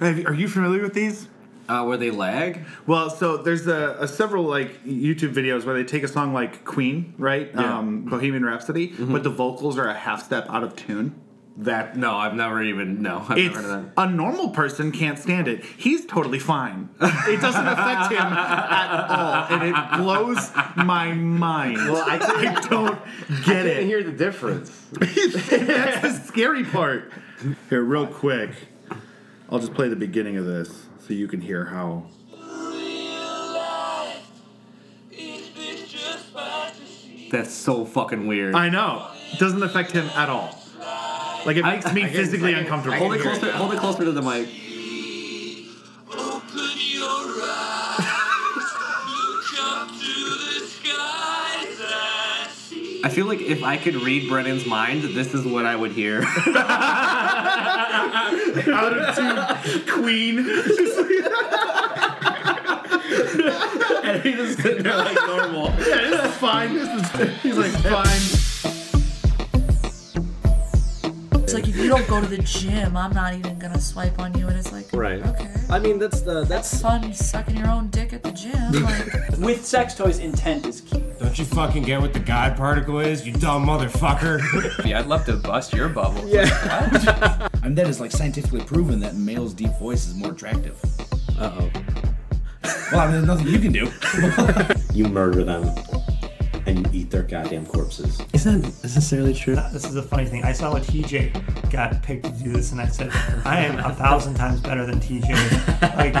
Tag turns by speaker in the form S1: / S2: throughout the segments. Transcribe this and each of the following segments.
S1: Have- Are you familiar with these?
S2: Uh, where they lag?
S1: Well, so there's a, a several like YouTube videos where they take a song like Queen, right?
S2: Yeah.
S1: Um, Bohemian Rhapsody, but the vocals are a half step out of tune. That
S2: No, I've never even no. I've
S1: it's
S2: never heard of that.
S1: a normal person can't stand it. He's totally fine. It doesn't affect him at all, and it blows my mind.
S3: Well, I couldn't,
S1: I don't get
S3: I couldn't
S1: it.
S3: hear the difference.
S1: That's the scary part. Here, real quick, I'll just play the beginning of this so you can hear how.
S2: That's so fucking weird.
S1: I know. It doesn't affect him at all. Like it makes me physically uncomfortable.
S3: I
S2: hold it
S3: can hear
S2: closer.
S3: it now.
S2: Hold it closer to the mic.
S4: Open your eyes, look up to the skies and see.
S2: I feel like if I could read Brennan's mind, this is what I would hear.
S1: out of tune, Queen.
S2: and he just sitting there like normal.
S1: Yeah, this is fine. This is. He's like fine.
S5: It's like if you don't go to the gym, I'm not even gonna swipe on you. And it's like,
S2: Right.
S5: Okay.
S6: I mean, that's the
S5: That's
S6: that's
S5: fun sucking your own dick at the gym. Like,
S7: With sex toys, intent is key.
S8: Don't you fucking get what the God particle is, you dumb motherfucker?
S9: Yeah, I'd love to bust your bubble.
S10: And that is like scientifically proven that male's deep voice is more attractive.
S9: Uh oh.
S10: Well, I mean, there's nothing you can do.
S11: You murder them and you eat their goddamn corpses.
S9: Is that necessarily true?
S8: this is a funny thing. I saw what TJ got picked to do this, and I said, I am a thousand times better than TJ. Like,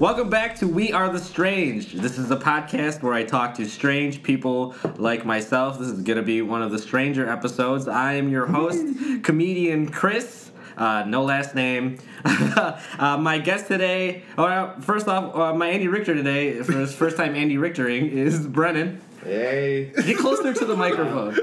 S2: Welcome back to We Are the Strange. This is a podcast where I talk to strange people like myself. This is going to be one of the stranger episodes. I am your host, comedian Chris. Uh, no last name. uh, my guest today, oh, uh, first off, uh, my Andy Richter today, for his first time Andy Richtering, is Brennan.
S3: Hey.
S2: Get closer to the microphone.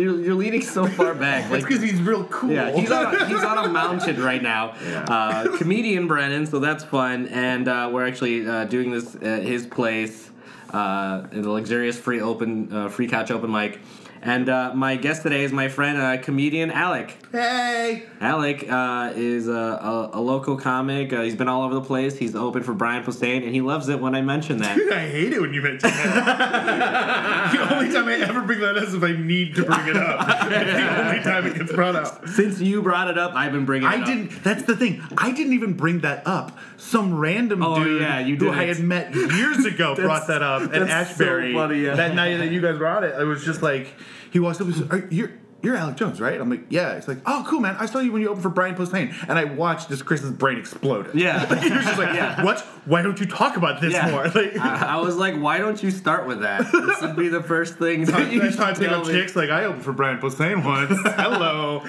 S2: You're, you're leaning so far back.
S1: That's
S2: Like,
S1: because he's real cool.
S2: yeah, he's on, a, he's on a mountain right now. Uh, comedian Brennan, so that's fun. And uh, we're actually uh, doing this at his place uh, in the luxurious free open uh, free couch open mic. And uh, my guest today is my friend, uh, comedian Alec.
S1: hey.
S2: Alec uh, is a, a, a local comic. Uh, he's been all over the place. He's open for Brian Posehn, and he loves it when I mention that.
S1: I hate it when you mention that. the only time I ever bring that up is if I need to bring it up. the only time it gets brought up.
S2: Since you brought it up, I've been bringing. it
S1: I
S2: up.
S1: didn't. That's the thing. I didn't even bring that up. Some random
S2: Oh,
S1: dude
S2: yeah, you
S1: who
S2: did
S1: I
S2: it.
S1: had met years ago brought that up at
S2: that's so
S1: Ashbury.
S2: funny, yeah.
S1: That night that you guys brought it, it was just like he walks up. and says, Are, "You're you're Alec Jones, right?" I'm like, "Yeah." He's like, "Oh, cool, man. I saw you when you opened for Brian Posehn," and I watched this Chris's brain explode.
S2: Yeah.
S1: like, he was just like,
S2: Yeah.
S1: "What? Why don't you talk about this
S2: Yeah. Uh,
S1: more?" Like,
S2: I, I was like, why don't you start with that? This would be the first thing that you
S1: That's how I
S2: should
S1: pick
S2: tell
S1: up
S2: me.
S1: chicks. Like I opened for Brian Posehn once. Hello.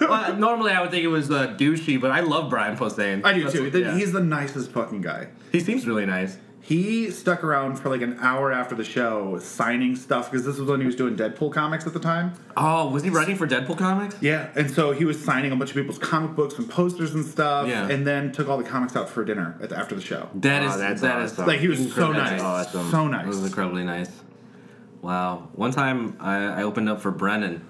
S2: Well, normally I would think it was uh, douchey, but I love Brian Posehn.
S1: I do
S2: That's
S1: too.
S2: what- yeah.
S1: He's the nicest fucking guy.
S2: he seems really nice.
S1: He stuck around for like an hour after the show signing stuff because this was when he was doing Deadpool comics at the time.
S2: Oh, was he writing for Deadpool comics?
S1: Yeah, and so he was signing a bunch of people's comic books and posters and stuff.
S2: Yeah.
S1: and then took all the comics out for dinner at the, after the show.
S2: That is Oh, that's that is-
S1: awesome. Like, he was so
S2: incredibly-
S1: nice.
S2: that's awesome.
S1: So nice.
S2: It was incredibly nice. Wow. One time I, I opened up for Brennan.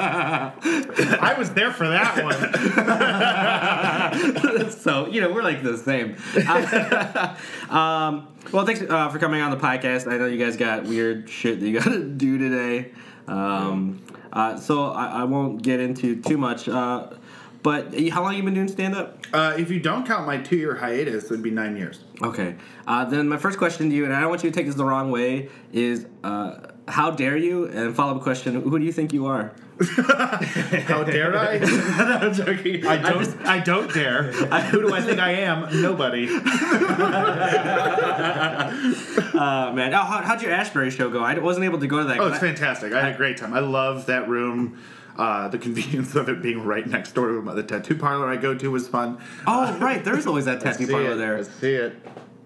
S1: I was there for that one.
S2: so you know we're like the same. Uh, um, well, thanks uh, for coming on the podcast. I know you guys got weird shit that you got to do today, um, uh, so I, I won't get into too much. Uh, but how long you been doing stand up?
S1: uh, if you don't count my two-year hiatus, it'd be nine years.
S2: Okay. Uh, then my first question to you, and I don't want you to take this the wrong way, is uh, how dare you? And follow up question: Who do you think you are?
S1: How dare I?
S2: I'm joking.
S1: I don't. I don't dare. Who do I think I am? Nobody.
S2: Uh, man, oh, how, how'd your Ashbury show go? I wasn't able to go to that.
S1: Oh, it's fantastic. I had a great time. I love that room. Uh, the convenience of it being right next door to the tattoo parlor I go to was fun.
S2: Oh, right. There's always that tattoo parlor there.
S1: see it.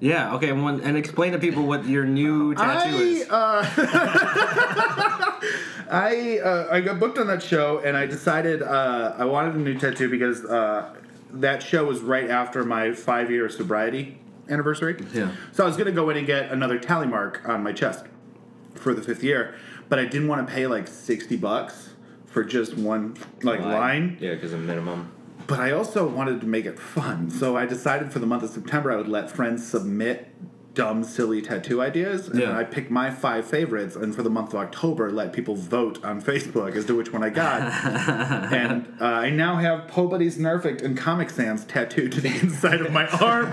S2: Yeah. Okay. One, and explain to people what your new tattoo
S1: I
S2: is.
S1: uh, I uh, I got booked on that show, and I decided uh, I wanted a new tattoo because uh, that show was right after my five year sobriety anniversary.
S2: Yeah.
S1: So I was gonna go in and get another tally mark on my chest for the fifth year, but I didn't want to pay like sixty bucks. for just one like line.
S6: Yeah, because a minimum.
S1: But I also wanted to make it fun, so I decided for the month of September I would let friends submit dumb, silly tattoo ideas, and then
S2: Yeah.
S1: I picked my five favorites. And for the month of October, let people vote on Facebook as to which one I got. and uh, I now have Po Buddies Nerfect and Comic Sans tattooed to the inside of my arm.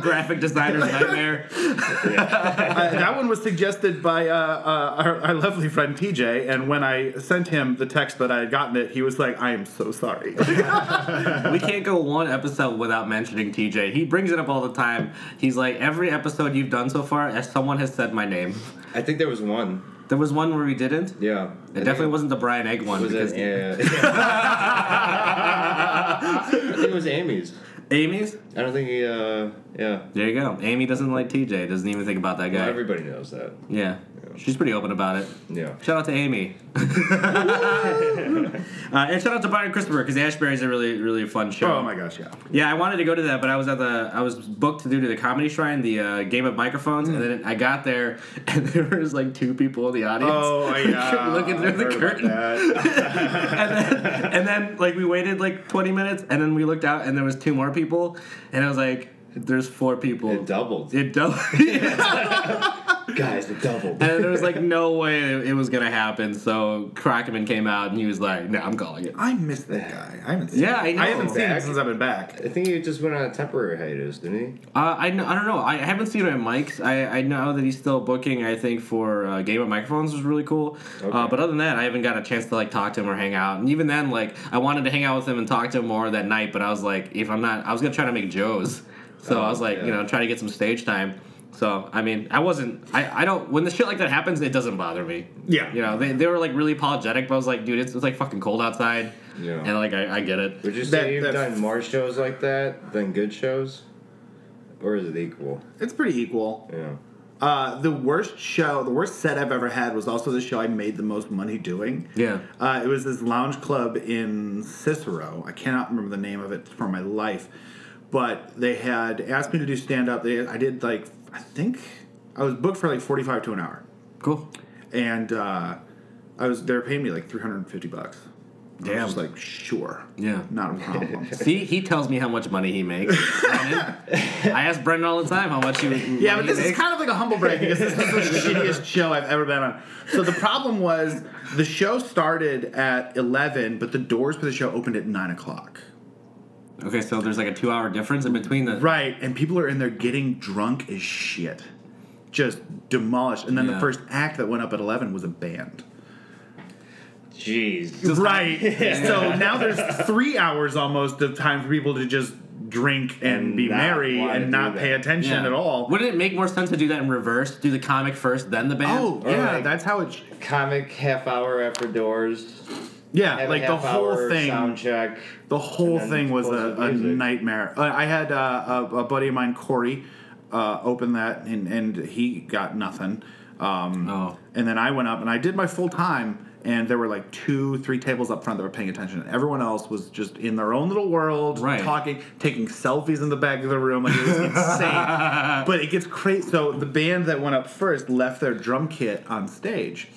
S2: Graphic designer's nightmare.
S1: Uh, that one was suggested by uh, uh, our, our lovely friend TJ, and when I sent him the text that I had gotten it, he was like, "I am so sorry."
S2: we can't go one episode without mentioning TJ. He brings it up all the time. He's like, every episode you've done so far, as someone has said my name.
S6: I think there was one.
S2: There was one where we didn't.
S6: Yeah.
S2: It definitely wasn't the Brian Egg one.
S6: Was
S2: because
S6: it? Yeah. I think it was Amy's.
S2: Amy's?
S6: I don't think he. Uh, yeah.
S2: There you go. Amy doesn't like TJ. Doesn't even think about that guy.
S6: Well, everybody knows that.
S2: Yeah. She's pretty open about it.
S6: Yeah.
S2: Shout out to Amy. uh, and shout out to Byron Christopher because Ashbury's a really, really fun show.
S1: oh my gosh, yeah.
S2: Yeah, I wanted to go to that, but I was at the I was booked to do to the Comedy Shrine the uh, game of microphones, and then I got there and there was like two people in the audience.
S1: Oh yeah,
S2: looking through
S1: I've
S2: the
S1: heard about
S2: curtain.
S1: that.
S2: and then like we waited like 20 minutes and then we looked out and there was two more people and i was like there's four people
S6: It doubled.
S2: it doubled
S6: Guys, it doubled.
S2: and there was like no way it was gonna happen so Crockerman came out and he was like no i'm calling it
S1: I miss that guy. I haven't seen.
S2: yeah i
S1: him.
S2: know
S1: I haven't seen him
S6: Back.
S1: since I've been back.
S6: I think he just went on a temporary hiatus, didn't he?
S2: Uh, I, kn- I don't know. I haven't seen him at Mike's. I, I know that he's still booking. I think for uh, Game of Microphones was really cool. Uh,
S6: Okay.
S2: but other than that, I haven't got a chance to like talk to him or hang out. And even then, like I wanted to hang out with him and talk to him more that night. But I was like, if I'm not, I was gonna try to make Joe's. So I was like, you
S6: Oh, yeah.
S2: know, try to get some stage time. So I mean, I wasn't. I, I don't. When the shit like that happens, it doesn't bother me.
S1: Yeah.
S2: You know, they, they were like really apologetic, but I was like, dude, it's, it's like fucking cold outside.
S6: Yeah.
S2: And like I, I get it.
S6: Would you
S1: That-
S6: say you've
S1: that-
S6: done more shows like that than good shows, or is it equal?
S1: It's pretty equal.
S6: Yeah.
S1: Uh, the worst show, the worst set I've ever had was also the show I made the most money doing.
S2: Yeah.
S1: Uh, it was this lounge club in Cicero. I cannot remember the name of it for my life, but they had asked me to do stand up. They, I did like I think I was booked for like forty five to an hour,
S2: Cool.
S1: and uh, I was they were paying me like three hundred and fifty bucks. I
S2: Damn.
S1: was just like sure,
S2: Yeah.
S1: not a problem.
S2: See, he tells me how much money he makes. Brennan. I ask Brendan all the time how much he would.
S1: Yeah, but this is kind of like a humble brag because this is the shittiest show I've ever been on. So the problem was the show started at eleven, but the doors for the show opened at nine o'clock.
S2: of okay. So there's like a two-hour difference in between the.
S1: Right, and people are in there getting drunk as shit, just demolished. And then
S2: Yeah.
S1: the first act that went up at eleven was a band.
S6: Jeez.
S1: Right. So now there's three hours almost of time for people to just drink and,
S6: And
S1: be
S6: not
S1: merry
S6: wanna
S1: and
S6: do
S1: not
S6: that.
S1: pay attention
S2: Yeah.
S1: at all.
S2: Wouldn't it make more sense to do that in reverse? Do the comic first, then the band.
S1: Oh
S6: Or
S1: yeah,
S6: like-
S1: that's how it. sh-
S6: Comic half hour after doors.
S1: Yeah,
S6: have a
S1: like the
S6: half
S1: whole
S6: hour
S1: thing.
S6: Sound check.
S1: The whole
S6: And then
S1: thing was
S6: close
S1: a,
S6: with
S1: a
S6: music.
S1: nightmare. Uh, I had uh, a, a buddy of mine, Corey, uh, open that, and, and he got nothing. Um,
S2: Oh.
S1: And then I went up, and I did my full time, and there were like two, three tables up front that were paying attention, and everyone else was just in their own little world,
S2: Right.
S1: talking, taking selfies in the back of the room. Like it was insane. But it gets crazy. So the band that went up first left their drum kit on stage,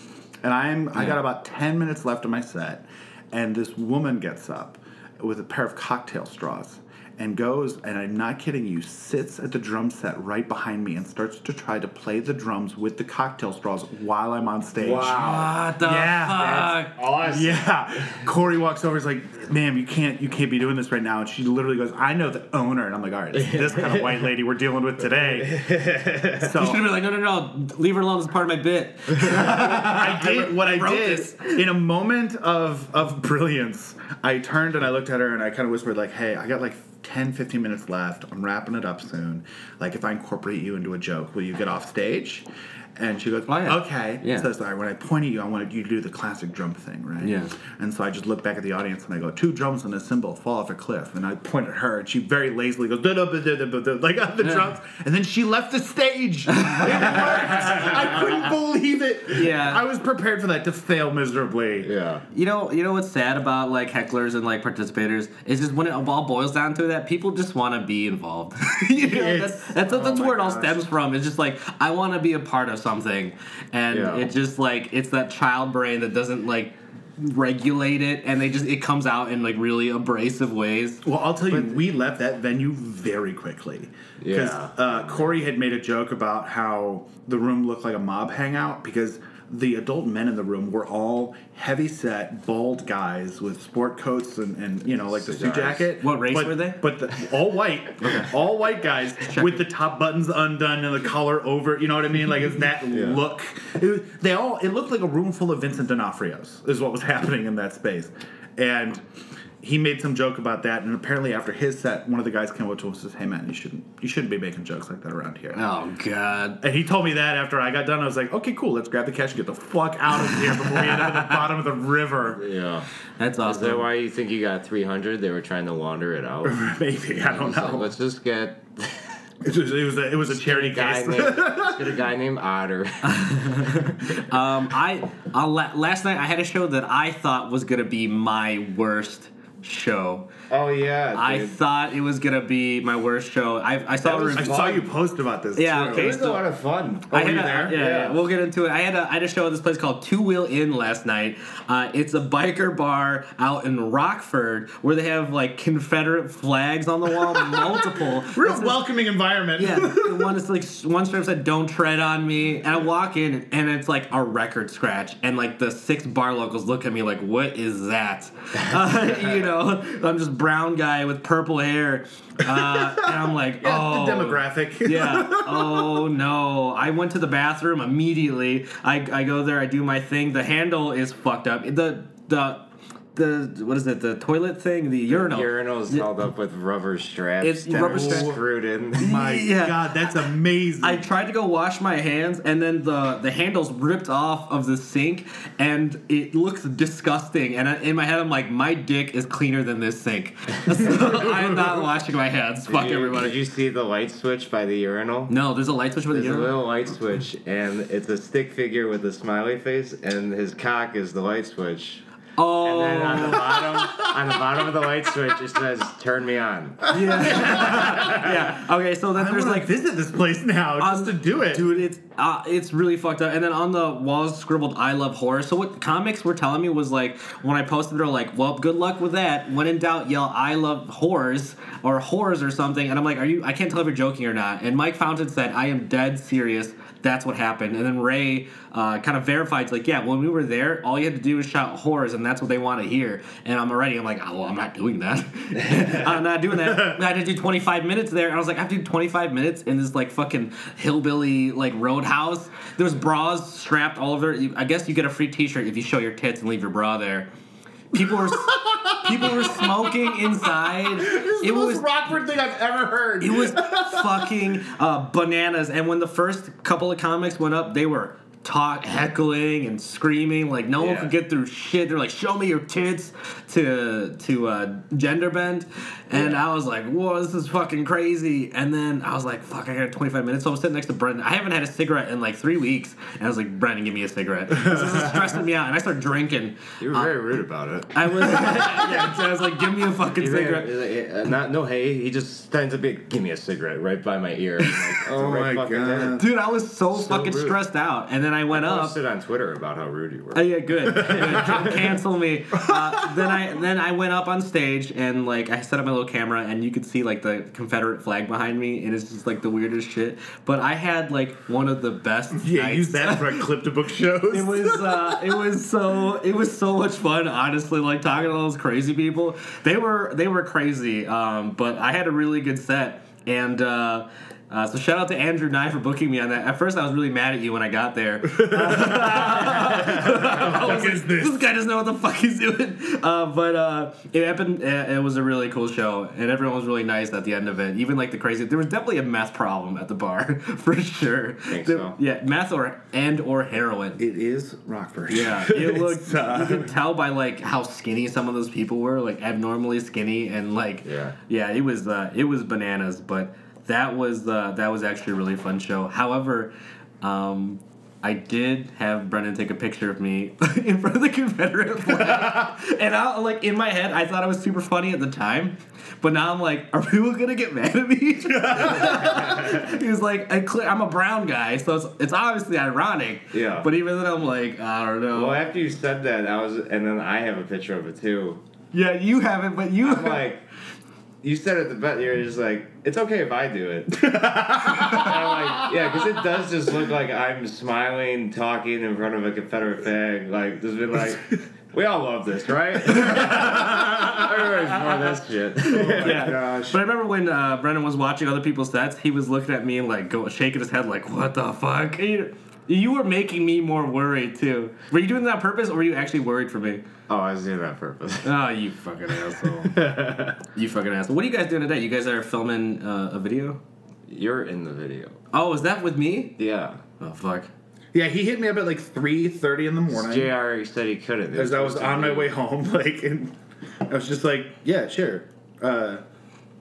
S1: and I'm I got about ten minutes left of my set, and this woman gets up with a pair of cocktail straws and goes and I'm not kidding you sits at the drum set right behind me and starts to try to play the drums with the cocktail straws while I'm on stage.
S2: What the
S1: Yeah,
S2: fuck?
S6: Awesome.
S1: Yeah. Corey walks over. He's like, "Ma'am, you can't, you can't be doing this right now." And she literally goes, "I know the owner." And I'm like, "All right, it's this kind of white lady we're dealing with today."
S2: You should have
S1: So
S2: been like, no, no, no, leave her alone. It's part of my bit.
S1: I did what I
S2: wrote
S1: did
S2: this.
S1: in a moment of of brilliance. I turned and I looked at her and I kind of whispered, "Like, hey, I got like 10, 15 minutes left. I'm wrapping it up soon. Like, if I incorporate you into a joke, will you get off stage?" And she goes,
S2: Oh, yeah.
S1: "Okay."
S2: Yeah.
S1: So sorry, when I point at you, I wanted you to do the classic drum thing, right?
S2: Yeah.
S1: And so I just look back at the audience and I go, two drums and a cymbal fall off a cliff. And I point at her and she very lazily goes, "Duh, duh, duh, duh, duh, duh," like on the drums. And then she left the stage. It worked. I couldn't believe it.
S2: Yeah.
S1: I was prepared for that to fail miserably.
S6: Yeah.
S2: You know, you know what's sad about like hecklers and like participators is just when it all boils down to that, people just want to be involved. you know, that's
S1: It's-
S2: that's, that's
S1: oh my
S2: where it all
S1: gosh.
S2: stems from. It's just like I want to be a part of something, and
S6: Yeah.
S2: it just like it's that child brain that doesn't like regulate it, and they just it comes out in like really abrasive ways.
S1: Well, I'll tell you, we left that venue very quickly. Because
S2: Yeah.
S1: uh, Corey had made a joke about how the room looked like a mob hangout because the adult men in the room were all heavy set, bald guys with sport coats and, and you know, like the suit
S2: Cigars.
S1: jacket.
S2: What race
S1: but,
S2: were they?
S1: But the, all white. All white guys with the top buttons undone and the collar over. You know what I mean? Like, it's that look. It, was- they all, it looked like a room full of Vincent D'Onofrio's, is what was happening in that space. And he made some joke about that, and apparently after his set, one of the guys came up to him and says, "Hey man, you shouldn't you shouldn't be making jokes like that around here."
S2: Oh god!
S1: And he told me that after I got done, I was like, "Okay, cool, let's grab the cash and get the fuck out of here before we end up at the bottom of the river."
S6: Yeah.
S2: That's
S6: awesome. Is that why you think you got 300? They were trying to launder it out?
S1: Maybe. I don't
S6: It's
S1: know.
S6: like, Let's just get.
S1: It was, it was a, it was a charity
S6: guy
S1: case.
S6: named, let's get a guy named Otter.
S2: Um, I uh, la- last night I had a show that I thought was gonna be my worst show.
S6: Oh yeah,
S2: I
S6: dude.
S2: thought it was gonna be my worst show. I, I saw
S6: That was
S2: a
S1: I
S2: review-
S1: saw you post about this.
S2: Yeah,
S1: too.
S2: okay, It was a so- lot
S6: of
S1: Oh,
S6: fun.
S2: I had a- Yeah, yeah, we'll get into it. I had a I had a show at this place called Two Wheel Inn last night. Uh, it's a biker bar out in Rockford where they have like Confederate flags on the wall, multiple.
S1: Real welcoming environment.
S2: Yeah, the one is like one strip said "Don't tread on me," and I walk in and it's like a record scratch, and like the six bar locals look at me like, "What is that?" Uh, you know, I'm just brown guy with purple hair, uh, and I'm like, "Oh,
S1: the demographic."
S2: yeah. Oh no. I went to the bathroom immediately. I, I go there. I do my thing. The handle is fucked up. The the the what is it? The toilet thing. The urinal.
S6: Urinals held up with rubber straps.
S2: It's
S6: that
S2: rubber
S6: are
S2: straps.
S6: screwed in.
S1: My God, that's amazing.
S2: I tried to go wash my hands, and then the the handles ripped off of the sink, and it looks disgusting. And I, in my head, I'm like, my dick is cleaner than this sink. So I'm not washing my hands. Fuck
S6: Did you-
S2: everybody.
S6: Did you see the light switch by the urinal?
S2: No, there's a light switch by the
S6: There's
S2: urinal?
S6: a little light switch, and it's a stick figure with a smiley face, and his cock is the light switch.
S2: Oh.
S6: And then uh, on the bottom, on the bottom of the light switch, it says "Turn me on."
S2: Oh, yeah. Okay, so then there's
S1: wanna
S2: like
S1: visit this place now
S2: just to do it, dude. It's uh, it's really fucked up. And then on the walls scribbled "I love horror." So what comics were telling me was like when I posted, they're like, "Well, good luck with that." When in doubt, yell "I love horrors" or "horrors" or something. And I'm like, "Are you?" I can't tell if you're joking or not. And Mike Fountain said, "I am dead serious." That's what happened. And then Ray uh, kind of verified, like, yeah, when we were there, all you had to do was shout horrors, and that's what they want to hear. And I'm already, I'm like, oh, well, I'm not doing that. I'm not doing that. I had to do 25 minutes there, and I was like, I have to do 25 minutes in this like fucking hillbilly like roadhouse. There was bras strapped all over. You- I guess you get a free T-shirt if you show your tits and leave your bra there. People were people were smoking inside. it was
S1: Rockford thing I've ever heard.
S2: it was fucking uh, bananas. And when the first couple of comics went up, they were talk heckling and screaming like no one
S6: Yeah.
S2: could get through shit. They're like, "Show me your tits," to to uh, gender bend, and I was like, "Whoa, this is fucking crazy." And then I was like, "Fuck, I got 25 minutes." So I'm sitting next to Brendan. I haven't had a cigarette in like three weeks, and I was like, "Brendan, give me a cigarette." So this is stressing me out, and I start drinking.
S6: You were very rude about it.
S2: I was, yeah, so I was like, "Give me a fucking
S6: He ran-
S2: cigarette."
S6: uh, not no hey. He just stands up, like, give me a cigarette right by my ear. I'm like,
S1: Oh
S6: right
S1: my
S6: fucking there.
S1: God.
S2: Dude, I was so, fucking
S6: rude.
S2: stressed out, and then I went
S6: I
S2: up.
S6: posted on Twitter about how rude you were.
S2: Oh yeah, good. Good. Cancel me. Uh, then I then I went up on stage and like I set up my little camera and you could see like the Confederate flag behind me and it's just like the weirdest shit. But I had like one of the best.
S1: Yeah,
S2: nights.
S1: use that for a clip to book shows.
S2: It was uh, it was so it was so much fun. Honestly, like talking to all those crazy people, they were they were crazy. Um, but I had a really good set, and uh, uh, so shout out to Andrew Nye for booking me on that. At first, I was really mad at you when I got there. I was
S1: Fuck is this?
S2: guy doesn't know what the fuck he's doing. Uh, but uh, it happened. It, it was a really cool show, and everyone was really nice at the end of it. Even like the crazy, there was definitely a meth problem at the bar for sure.
S6: Think
S2: There-
S6: so?
S2: Yeah, meth or and or heroin.
S1: It is Rockford.
S2: Yeah, it
S1: It's,
S2: looked.
S1: uh,
S2: you could tell by like how skinny some of those people were, like abnormally skinny, and like
S6: Yeah.
S2: yeah, it was uh, it was bananas. But that was uh, that was actually a really fun show. However, um, I did have Brendan take a picture of me in front of the Confederate flag, and I like in my head I thought it was super funny at the time, but now I'm like, are people gonna get mad at me? he was like, I clear, I'm a brown guy, so it's, it's obviously ironic.
S6: Yeah.
S2: But even then, I'm like, I don't know.
S6: Well, after you said that, I was, and then I have a picture of it too.
S2: Yeah, you have it, but you
S6: I'm like, you said it the best. You're just like, it's okay if I do it. And I'm like, yeah, because it does just look like I'm smiling, talking in front of a Confederate flag. Like, just been like, we all love this, right? Everybody's for this
S1: Oh
S6: shit.
S2: yeah. But I remember when uh, Brennan was watching other people's sets, he was looking at me and like go, shaking his head, like, "What the fuck?" And you, you were making me more worried too. Were you doing that on purpose, or were you actually worried for me?
S6: Oh, I was doing that on purpose.
S2: Oh, you fucking asshole! you fucking asshole! What are you guys doing today? You guys are filming uh, a video.
S6: You're in the video.
S2: Oh, is that with me?
S6: Yeah.
S2: Oh fuck!
S1: Yeah, he hit me up at like three thirty in the morning
S6: JR said he couldn't.
S1: as I was on my way home. Like, and I was just like, "Yeah, sure. Uh,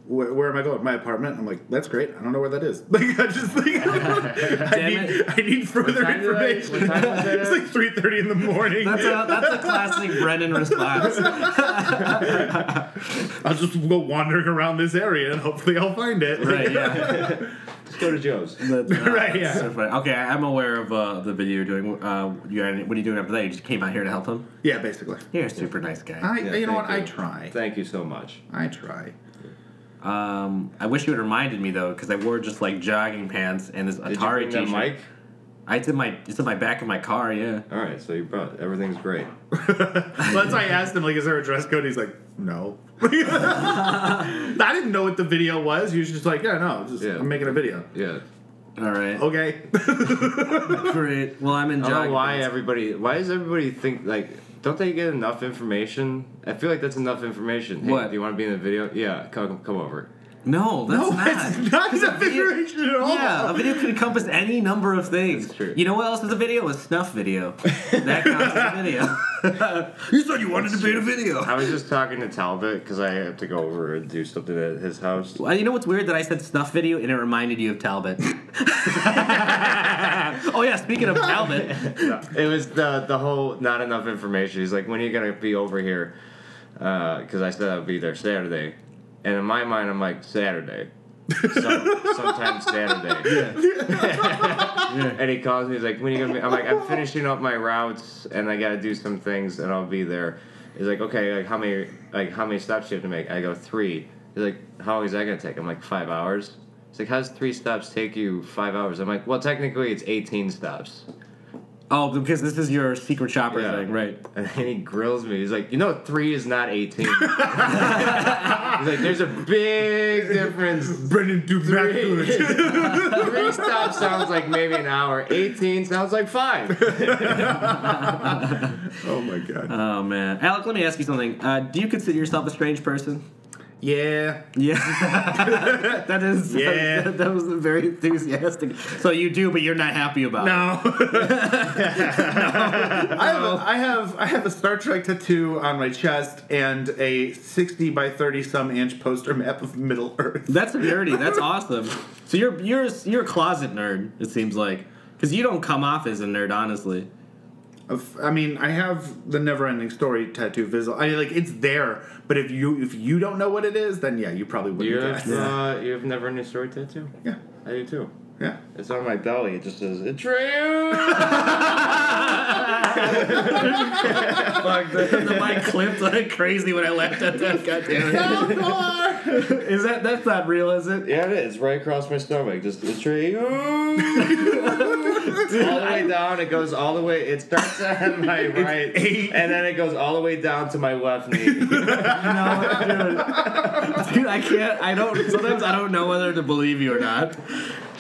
S1: where, where am I going? My apartment." I'm like, "That's great. I don't know where that is." Like, I just like, I,
S2: Damn
S1: need, I need further
S6: time did I-
S1: information.
S6: what time was that
S1: it's
S6: at?
S1: like three thirty in the morning.
S2: That's a that's a classic Brennan response.
S1: I'll just go wandering around this area and hopefully I'll find it.
S2: Right? Yeah.
S6: Let's go to Joe's.
S1: right. Yeah.
S2: So funny. Okay, I- I'm aware of uh, the video you're doing. Uh, you, what are you doing after that? You just came out here to help him.
S1: Yeah. Basically.
S2: You're a super nice guy.
S1: I,
S6: Yeah,
S1: you know what? I
S6: thank
S1: try.
S6: Thank you so much.
S1: I try.
S2: Um, I wish you had reminded me though, because I wore just like jogging pants and this
S6: Did
S2: Atari
S6: you bring
S2: T-shirt.
S6: that mic?
S2: I- It's in my it's in my back of my car. Yeah.
S6: All right, so you brought everything's great.
S1: Well, that's why I asked him, like, is there a dress code? He's like, no. I didn't know what the video was. He was just like, yeah, no, just,
S6: Yeah.
S1: I'm making a video.
S6: Yeah.
S2: All right.
S1: Okay.
S2: Great. Well, I'm in
S6: I don't
S2: jogging.
S6: know why
S2: pants.
S6: everybody. Why does everybody think like? Don't they get enough information? I feel like that's enough information. Hey,
S2: What?
S6: do you want to be in the video? Yeah, come come over.
S2: No, that's
S1: no,
S2: not.
S1: it's not a figuration at all.
S2: Yeah, a video could encompass any number of things.
S6: That's true.
S2: You know what else is a video? A snuff video. That counts as a video.
S1: You said you wanted to be in a video.
S6: I was just talking to Talbot because I have to go over and do something at his house.
S2: Well, you know what's weird that I said snuff video and it reminded you of Talbot. oh yeah, speaking of Talbot,
S6: It was the the whole not enough information. He's like, when are you gonna be over here? Because I said I'd be there Saturday, and in my mind, I'm like Saturday. Some, sometime Saturday. And he calls me. He's like, "When are you gonna be?" I'm like, "I'm finishing up my routes, and I gotta do some things, and I'll be there." He's like, "Okay, like how many, like how many stops do you have to make?" I go three. He's like, "How long is that gonna take?" I'm like, five hours." He's like, "How does three stops take you five hours?" I'm like, "Well, technically, it's 18 stops."
S2: oh because this is your secret shopper
S6: Yeah.
S2: thing, right?
S6: And then he grills me. He's like, "You know, three is not 18." He's like, "There's a big difference."
S1: Brendan
S6: Three,
S1: Duback.
S6: three stops sounds like maybe an hour. 18 sounds like five.
S1: oh my god.
S2: Oh man, Alec, let me ask you something. Uh, do you consider yourself a strange person?
S1: yeah.
S2: Yeah, that is.
S1: Yeah.
S2: that, that was very enthusiastic. So you do, but you're not happy about it.
S1: No. I, have a, I have I have a Star Trek tattoo on my chest and a sixty by thirty some inch poster map of Middle Earth.
S2: That's nerdy. That's awesome. So you're you're you're a closet nerd. It seems like because you don't come off as a nerd, honestly.
S1: Of- I mean, I have the never-ending story tattoo visual. I mean, like it's there, but if you if you don't know what it is, then yeah, you probably
S6: You
S1: wouldn't
S6: have,
S1: guess. Yeah.
S6: uh, you have never knew story tattoo?
S1: yeah,
S6: I do too.
S1: yeah.
S6: It's on my belly. It just says, Atreyu!
S2: Fuck, the, the mic clipped like crazy when I laughed at that. Goddamn it! Is that that's not real, is it?
S6: yeah, it is. Right across my stomach. Just Atreyu! all the way down. It goes all the way. It starts on my right.
S1: eight.
S6: And then it goes all the way down to my left knee.
S2: No, dude. Dude, I can't. I don't. Sometimes I don't know whether to believe you or not.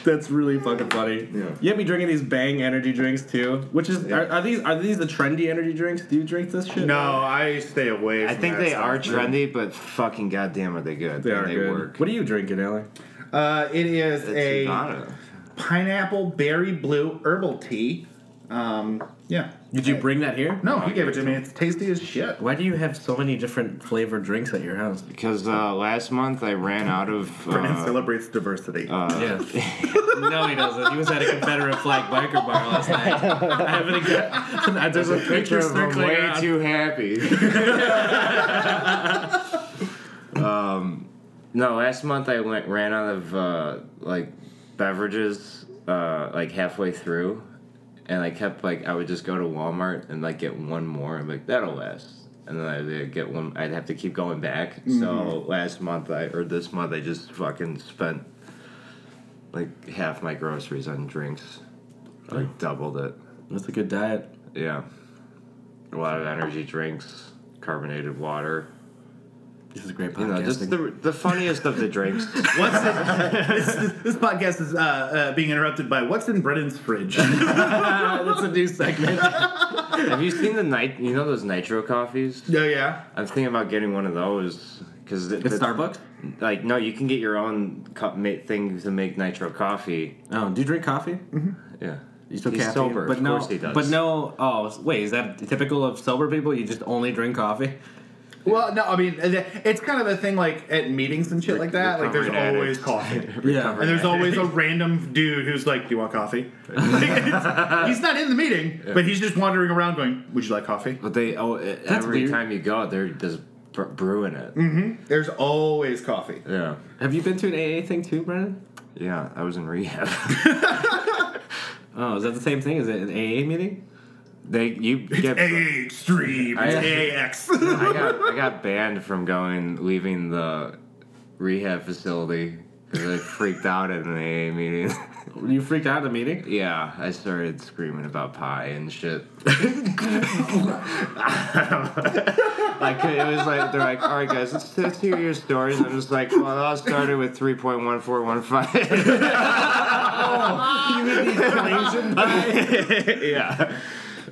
S2: That's really fucking funny.
S6: Yeah.
S2: You have me drinking these Bang energy drinks too, which is are, are these are these the trendy energy drinks? Do you drink this shit?
S1: No, I stay away.
S6: I
S1: from
S6: think
S1: that
S6: they
S1: stuff,
S6: are
S1: man.
S6: trendy, but fucking goddamn are they good.
S2: they are
S6: and they
S2: good.
S6: work.
S2: What are you drinking, Alec?
S1: Uh, it is
S6: It's
S1: a
S6: Ivana.
S1: pineapple berry blue herbal tea. Um, yeah,
S2: Did you bring that here?
S1: No, he gave it to me. It's tasty as shit.
S6: Uh,
S2: Why do you have so many different flavored drinks at your house?
S6: Because uh, last month I ran out of.
S2: Brennan
S6: Uh,
S1: celebrates diversity.
S2: yeah. no, he doesn't. He was at a Confederate flag biker bar last night. I haven't again. There's a picture
S6: of him
S2: circling
S6: way
S2: around.
S6: too happy. um, no, last month I went ran out of uh, like beverages uh, like halfway through, and I kept like I would just go to Walmart and like get one more. I'm like that'll last. And then I'd uh, get one. I'd have to keep going back. So
S1: Mhm.
S6: last month, I or this month, I just fucking spent like half my groceries on drinks. Like doubled it.
S2: That's a good diet.
S6: Yeah. A lot of energy drinks, carbonated water.
S2: This is great
S6: You know, just the, the funniest of the drinks.
S1: What's in, this, this, this podcast is uh, uh, being interrupted by what's in Brennan's fridge. That's a new segment.
S6: Have you seen the night? You know those nitro coffees?
S1: Yeah, Oh, yeah.
S6: I'm thinking about getting one of those because
S2: At Starbucks.
S6: Like no, you can get your own cup ma- thing to make nitro coffee.
S2: Oh, do you drink coffee?
S6: Yeah.
S2: You still
S6: Mm-hmm. He's
S2: caffeine,
S6: sober,
S2: but
S6: of
S2: no,
S6: course he does.
S2: but no. Oh, wait, is that typical of sober people? You just only drink coffee.
S1: Well, no, I mean it's kind of a thing like at meetings and shit like that. Like there's
S2: Recovered
S1: always
S2: addict.
S1: coffee.
S2: Yeah.
S1: and there's always a random dude who's like, "Do you want coffee?" Like, it's- he's not in the meeting, but he's just wandering around going, "Would you like coffee?"
S6: But they oh, e-
S1: That's
S6: every
S1: weird.
S6: time you go, they're just br- brewing it.
S2: Mm.
S1: Mm-hmm. There's always coffee.
S6: Yeah,
S2: Have you been to an AA thing too, Brennan?
S6: yeah. I was in rehab.
S2: Oh, is that the same thing? Is it an AA meeting?
S6: They you get
S1: AA extreme.
S6: I-
S1: It's AX.
S6: I got I got banned from going leaving the rehab facility because I freaked out at an AA meeting.
S2: You freaked out at a meeting?
S6: Yeah, I started screaming about pie and shit. like it was like they're like, all right guys, let's, let's hear your stories. I'm just like, well, it all started with three point one four one five. yeah.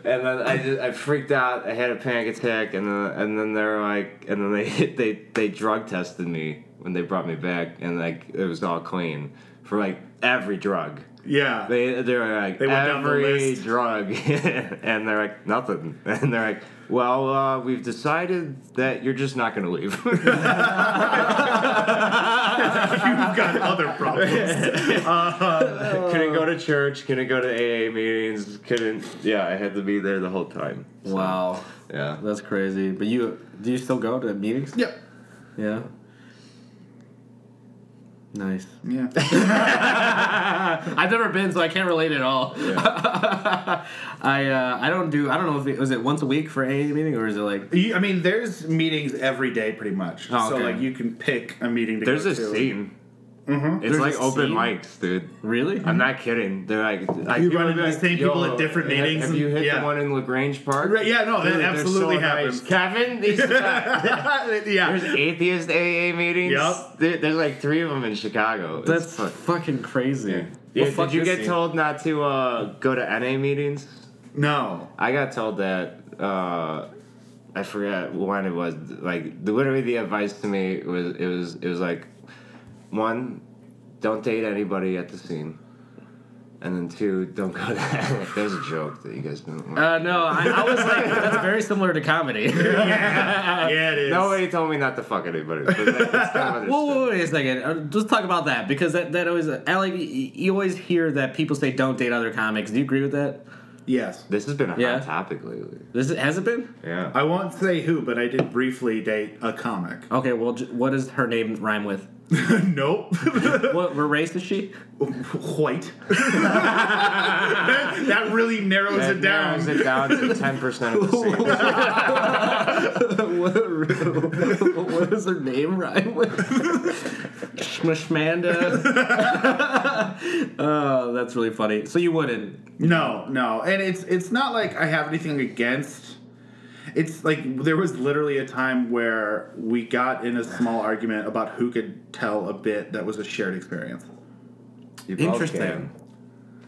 S6: And then I just, I freaked out. I had a panic attack, and then and then they were like, and then they they they drug tested me when they brought me back, and like it was all clean for like every drug.
S1: Yeah.
S6: They they were like
S1: They went down the
S6: every
S1: list.
S6: drug, and they're like nothing, and they're like, well, uh, we've decided that you're just not gonna leave.
S1: You've got other problems. Uh,
S6: couldn't go to church, couldn't go to AA meetings, couldn't. Yeah, I had to be there the whole time. So,
S2: Wow,
S6: Yeah.
S2: that's crazy. But you do you still go to meetings?
S1: Yep.
S2: Yeah. Nice.
S1: Yeah.
S2: I've never been, so I can't relate at all. I uh, I don't do I don't know if it was it once a week for AA meeting or is it like
S1: You- I mean, there's meetings every day, pretty much.
S2: Oh,
S1: So
S2: okay.
S1: like, you can pick a meeting. to
S6: There's
S1: go
S6: a
S1: to.
S6: scene.
S1: Mhm.
S6: It's
S1: There's
S6: like
S1: a
S6: open
S1: scene.
S6: mics, dude.
S2: Really?
S6: I'm not kidding. They're like, like
S1: You
S6: people
S1: run into the
S6: would be like,
S1: same people
S6: "Yo,
S1: at different
S6: have-
S1: meetings
S6: Have
S1: and-
S6: you hit
S1: yeah.
S6: the one in Lagrange Park?
S1: Right, yeah, no, that
S6: Dude, they're
S1: absolutely
S6: so nice.
S1: happens.
S6: Kevin, these
S1: yeah.
S6: there's atheist AA meetings.
S1: Yep.
S6: There- there's like three of them in Chicago. It's
S2: that's
S6: fu-
S2: fucking crazy. Well,
S6: Yeah,
S2: fuck
S6: did you
S2: this
S6: get
S2: scene.
S6: told not to uh, go to NA meetings?
S1: No.
S6: I got told that. Uh, I forgot when it was. Like the- literally, the advice to me was it was it was like, one, don't date anybody at the scene, and then two, don't go to. NA. There's a joke that you guys don't. want.
S2: Uh, no, I, I was like that's very similar to comedy.
S1: Yeah, it is.
S6: Nobody told me not to fuck anybody. But that- that's kind of
S2: Whoa,
S6: understood.
S2: whoa, wait a second. Uh, Let's talk about that because that that always Alec, y- you always hear that people say don't date other comics. Do you agree with that?
S1: Yes.
S6: This has been a hot
S2: Yeah.
S6: topic lately.
S2: This is- has it been?
S6: Yeah.
S1: I won't say who, but I did briefly date a comic.
S2: Okay, well, j- what does her name rhyme with?
S1: nope.
S2: what, what race is she?
S1: White. that really narrows
S6: That
S1: it down.
S6: narrows it down to ten percent of the scene.
S2: what, what does her name rhyme with? Schmishmanda. oh, that's really funny. So you wouldn't?
S1: No, no, and it's it's not like I have anything against. It's like there was literally a time where we got in a small argument about who could tell a bit that was a shared experience.
S6: You both
S2: Interesting.
S6: can.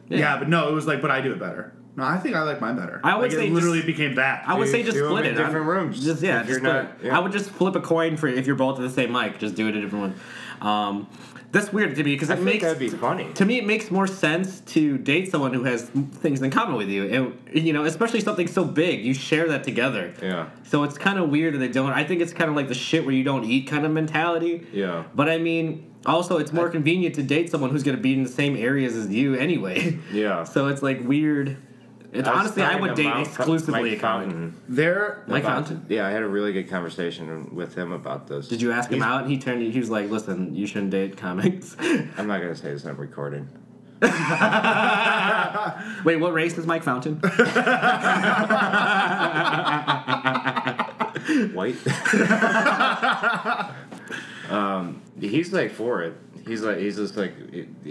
S1: Yeah, but no, it was like, but I do it better. No, I think I like mine better.
S2: I would
S1: Like,
S2: say
S1: it
S2: just-
S1: literally became that.
S2: I would say just
S1: You
S2: split it.
S1: open
S2: I'm- Just yeah,
S1: If
S2: just
S1: you're
S2: split
S1: not-
S2: it. I would just flip a coin for if you're both at the same mic. Just do it a different one. Um, that's weird to me because it makes that'd be
S6: funny.
S2: To me, it makes more sense to date someone who has things in common with you, and you know, especially something so big. You share that together.
S6: Yeah.
S2: So it's kind of weird that they don't. I think it's kind of like the shit where you don't eat kind of mentality.
S6: Yeah.
S2: But I mean, also it's more convenient to date someone who's going to be in the same areas as you anyway.
S6: Yeah.
S2: So it's like weird. It's
S6: was
S2: honestly, I
S6: talking
S2: would
S6: to
S2: date
S6: Mike-
S2: exclusively
S6: Mike
S2: a comic.
S6: Fountain.
S1: There,
S2: Mike
S6: about-
S2: Fountain?
S6: Yeah, I had a really good conversation with him about this.
S2: Did you ask him
S6: He's-
S2: out? He turned. He was like, "Listen, you shouldn't date comics."
S6: I'm not gonna say this on recording.
S2: Wait, what race is Mike Fountain?
S6: White. um, he's like for it. He's like he's just like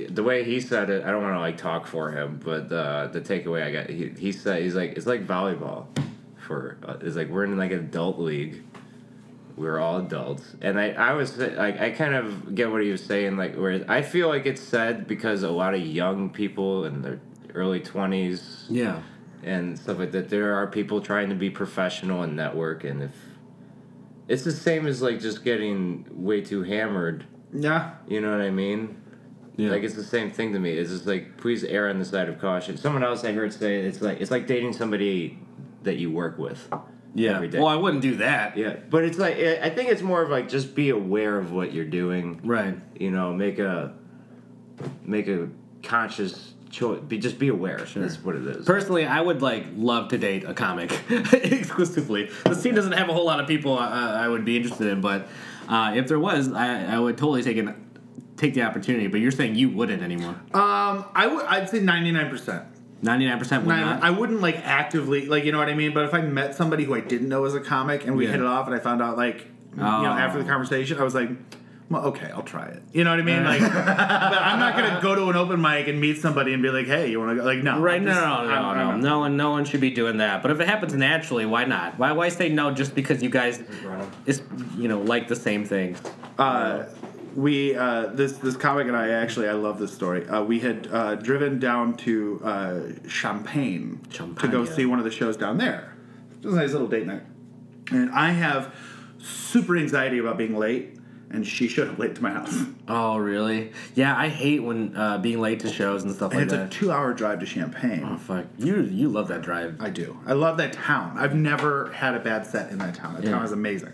S6: the way he said it. I don't want to like talk for him, but uh, the takeaway I got he, he said he's like it's like volleyball. For uh, it's like we're in like an adult league. We're all adults, and I I was like I kind of get what he was saying. Like where I feel like it's said because a lot of young people in their early twenties
S2: yeah.
S6: and stuff like that. There are people trying to be professional and network, and if it's the same as like just getting way too hammered,
S1: Yeah.
S6: you know what I mean?
S2: Yeah.
S6: Like it's the same thing to me. It's just like please err on the side of caution. Someone else I heard say it's like it's like dating somebody that you work with.
S2: Yeah.
S6: Every day.
S2: Well, I wouldn't do that.
S6: Yeah, but it's like I I think it's more of like just be aware of what you're doing.
S2: Right.
S6: You know, make a make a conscious choice. Be just be aware. That's what it is.
S2: Personally, I would like love to date a comic exclusively. The scene doesn't have a whole lot of people uh, I, I would be interested in, but uh, if there was, I, I would totally take an take the opportunity. But you're saying you wouldn't anymore.
S1: Um, I would. I'd say ninety nine percent.
S2: Ninety nine percent would
S1: And I,
S2: not.
S1: I wouldn't like actively like you know what I mean. But if I met somebody who I didn't know as a comic and we
S2: Yeah.
S1: hit it off, and I found out like you know
S2: Oh.
S1: after the conversation, I was like, well, okay, I'll try it. You know what I mean? Like, but I'm not gonna go to an open mic and meet somebody and be like, hey, you want to go? Like, no,
S2: Right?
S1: I'm
S2: No,
S1: just-
S2: no,
S1: I'm-
S2: no,
S1: I'm
S2: no, no.
S1: not.
S2: No one, no one should be doing that. But if it happens naturally, why not? Why, why say no just because you guys, it's you know, like the same thing?
S1: uh, we uh, this this comic and I actually I love this story. Uh, we had uh, driven down to uh, Champagne, to go
S2: Champagne.
S1: see one of the shows down there. It was a nice little date night, and I have super anxiety about being late, and she showed up late to my house.
S2: Oh, really? Yeah, I hate when uh, being late to shows and stuff
S1: And
S2: like
S1: it's a
S2: that.
S1: two-hour drive to Champagne. Oh
S2: fuck, you you love that drive.
S1: I do. I love that town. I've never had a bad set in that town. That
S2: Yeah.
S1: town is amazing.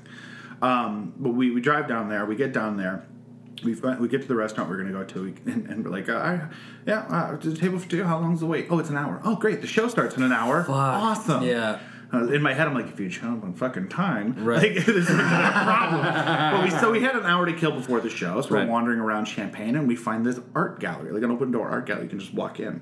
S1: Um, but we, we drive down there. We get down there. We find, we get to the restaurant we're going to go to, we, and, and we're like, uh, I- yeah, uh, to the table for two. How long's the wait? Oh, it's an hour. Oh, great. The show starts in an hour. Awesome.
S2: Yeah.
S1: Uh, in my head, I'm like, if you show up on fucking time,
S2: Right.
S1: like, this is not a problem. but we, so we had an hour to kill before the show, so we're
S2: Right.
S1: wandering around Champagne, and we find this art gallery, like an open door art gallery. You can just walk in.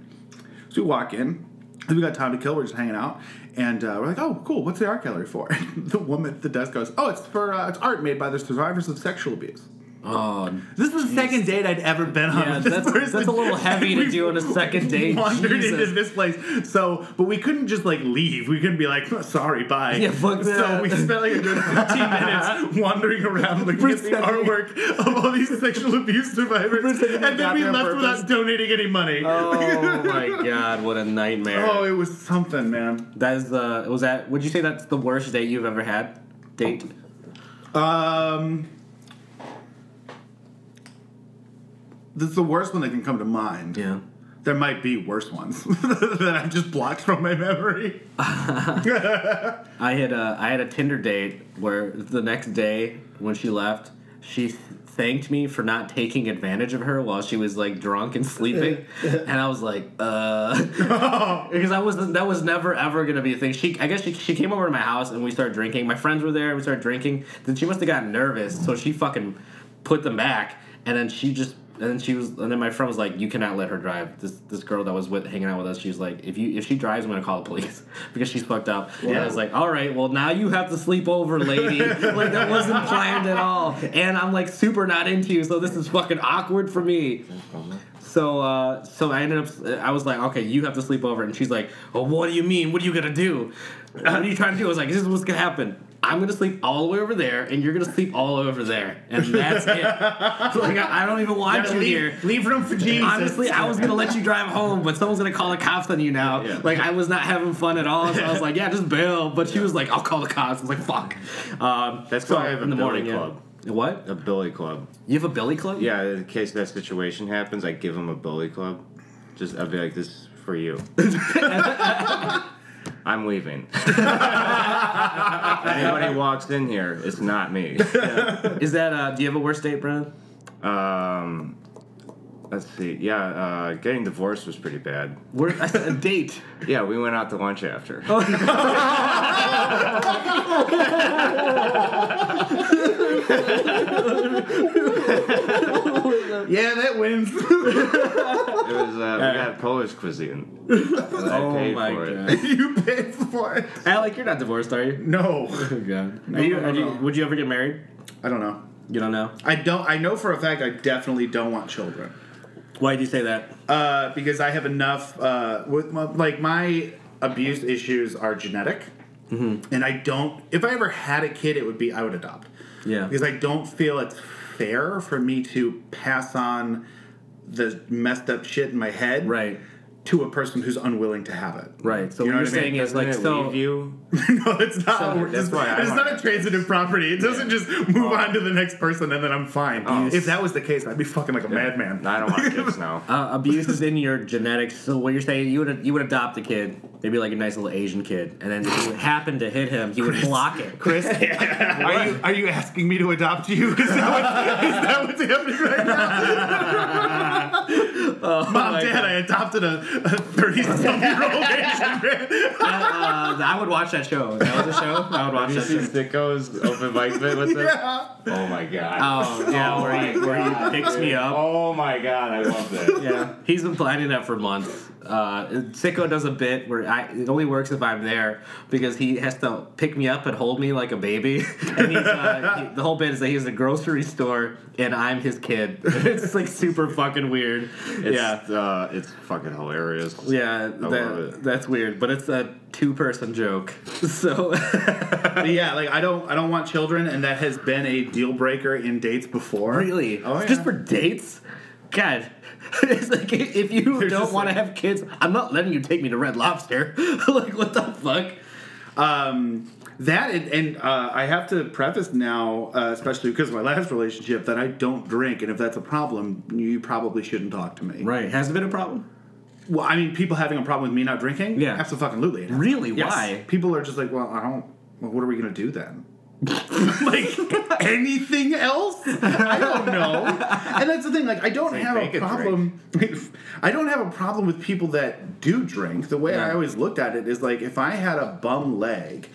S1: So we walk in, and we got time to kill. We're just hanging out, and uh, we're like, "Oh, cool! What's the art gallery for?" the woman at the desk goes, "Oh, it's for uh, it's art made by the survivors of sexual abuse."
S2: Oh,
S1: This was the second date I'd ever been on.
S2: yeah,
S1: with this
S2: that's,
S1: person.
S2: that's a little heavy to
S1: We
S2: do on a second date.
S1: Wandered into
S2: Jesus.
S1: this place, so but we couldn't just like leave. We couldn't be like, "Oh, "Sorry, bye."
S2: Yeah, fuck
S1: So
S2: that.
S1: we spent like a good fifteen minutes wandering around looking at the artwork of all these sexual abuse survivors,
S2: Pretending
S1: and then we
S2: goddamn
S1: left
S2: purpose.
S1: without donating any money.
S2: Oh my god, what a nightmare!
S1: Oh, it was something, man.
S2: That's uh, was that? Would you say that's the worst date you've ever had? Date?
S1: Um, this is the worst one that can come to mind.
S2: Yeah.
S1: There might be worse ones that I've just blocked from my memory.
S2: I had a I had a Tinder date where the next day when she left, she thanked me for not taking advantage of her while she was like drunk and sleeping, and I was like, uh, because I was that was never ever gonna be a thing. She I guess she, she came over to my house and we started drinking. My friends were there, we started drinking. Then she must have gotten nervous, so she fucking put them back, and then she just. And then she was, and then my friend was like, "You cannot let her drive." This this girl that was with hanging out with us, she was like, "If you if she drives, I'm gonna call the police because she's fucked up." And I was like, "All right, well now you have to sleep over, lady." like that wasn't planned at all, and I'm like super not into you, so this is fucking awkward for me. So uh, so I ended up I was like, okay, you have to "Oh, sleep over, and she's like, well, what do you mean? What are you gonna do? What are you trying to do? I was like, this is what's gonna happen. I'm gonna sleep all the way over there, and you're gonna sleep all over there, and that's it. So, like I, I don't even want
S1: Now
S2: you
S1: leave-
S2: here.
S1: Leave room for Jesus.
S2: Honestly, I was gonna let you drive home, but someone's gonna call the cops on you now. Like I was not having fun at all, so I was like, "Yeah, just bail." But she was like, "I'll call the cops." I was like, "Fuck." Um,
S6: That's
S2: so
S6: why I have a
S2: in the
S6: billy
S2: morning, yeah.
S6: club.
S2: What?
S6: A billy club.
S2: You have a billy club?
S6: Yeah, in case that situation happens, I give him a billy club. Just I'll be like, this is for you. I'm leaving. Anybody walks in here, it's not me.
S2: Is that? Uh, do you have a worst date, Brad?
S6: Um, let's see. Yeah, uh, getting divorced was pretty bad.
S2: Wor- a date?
S6: Yeah, we went out to lunch after.
S2: Oh.
S1: yeah, that wins.
S6: It was uh, we got Polish cuisine.
S2: oh
S6: paid
S2: my
S6: for it.
S2: god!
S1: you paid for it.
S2: Alec, you're not divorced, are you?
S1: No,
S2: Oh god.
S1: No,
S2: are you,
S1: no,
S2: are you,
S1: no.
S2: Would you ever get married?
S1: I don't know.
S2: You don't know.
S1: I don't. I know for a fact I definitely don't want children.
S2: Why do you say that?
S1: Uh, because I have enough. Uh, with my, like my abuse issues are genetic, and I don't. If I ever had a kid, it would be I would adopt
S2: Yeah.
S1: because I don't feel it's fair for me to pass on the messed up shit in my head
S2: Right.
S1: to a person who's unwilling to have it.
S2: Right. So
S1: You know what
S2: what you're
S1: I mean?
S2: saying is like
S6: Doesn't it
S2: so.
S6: leave you?
S1: no, it's not. how it works.
S6: that's
S1: it's
S6: why I
S1: it's
S6: want
S1: not a transitive property. It doesn't just move on to the next person and then I'm fine. If that was the case, I'd be fucking like a madman.
S6: I don't want kids now.
S2: Uh, abuse is in your genetics. So what you're saying, you would you would adopt a kid, maybe like a nice little Asian kid, and then if it happened to hit him, he would block it.
S1: Chris, are you are you asking me to adopt you? Is that, what, is that what's happening right now? Oh Mom,
S2: my
S1: Dad, I adopted a thirty-something year old Asian man.
S2: Uh, I would watch that show. If That was a show. I would watch
S6: You
S2: that
S6: see
S2: show.
S6: Sicko's open mic bit with them? Oh my god.
S2: Oh yeah, where he, where he picks me up.
S6: Oh my god, I love that.
S2: Yeah, he's been planning that for months. Uh, Sicko does a bit where I, it only works if I'm there because he has to pick me up and hold me like a baby. And he's, uh, he- the whole bit is that he's at a grocery store and I'm his kid. It's like super fucking weird. yeah,
S6: It's, uh, it's fucking hilarious.
S2: yeah,
S6: love
S2: that,
S6: it.
S2: that's weird, but it's a two-person joke. So
S1: But yeah, like I don't I don't want children, and that has been a deal breaker in dates before.
S2: really,
S1: Oh, yeah.
S2: just for dates, God. it's like if you
S1: There's
S2: don't
S1: just
S2: want to
S1: like-
S2: have kids, I'm not letting you take me to Red Lobster. like what the fuck?
S1: um, that and, and uh, I have to preface now, uh, especially because of my last relationship, that I don't drink, and if that's a problem, you probably shouldn't talk to me.
S2: Right. Has it been a problem?
S1: Well, I mean, people having a problem with me not drinking,
S2: Yeah.
S1: absolutely.
S2: Really? Why?
S1: People are just like, well, I don't. Well, what are we gonna do then? like anything else? I don't know. And that's the thing. Like, I don't
S6: Say,
S1: have
S6: "Take
S1: a
S6: a
S1: problem. I don't have a problem with people that do drink. The way I
S2: Yeah.
S1: always looked at it is like, if I had a bum leg,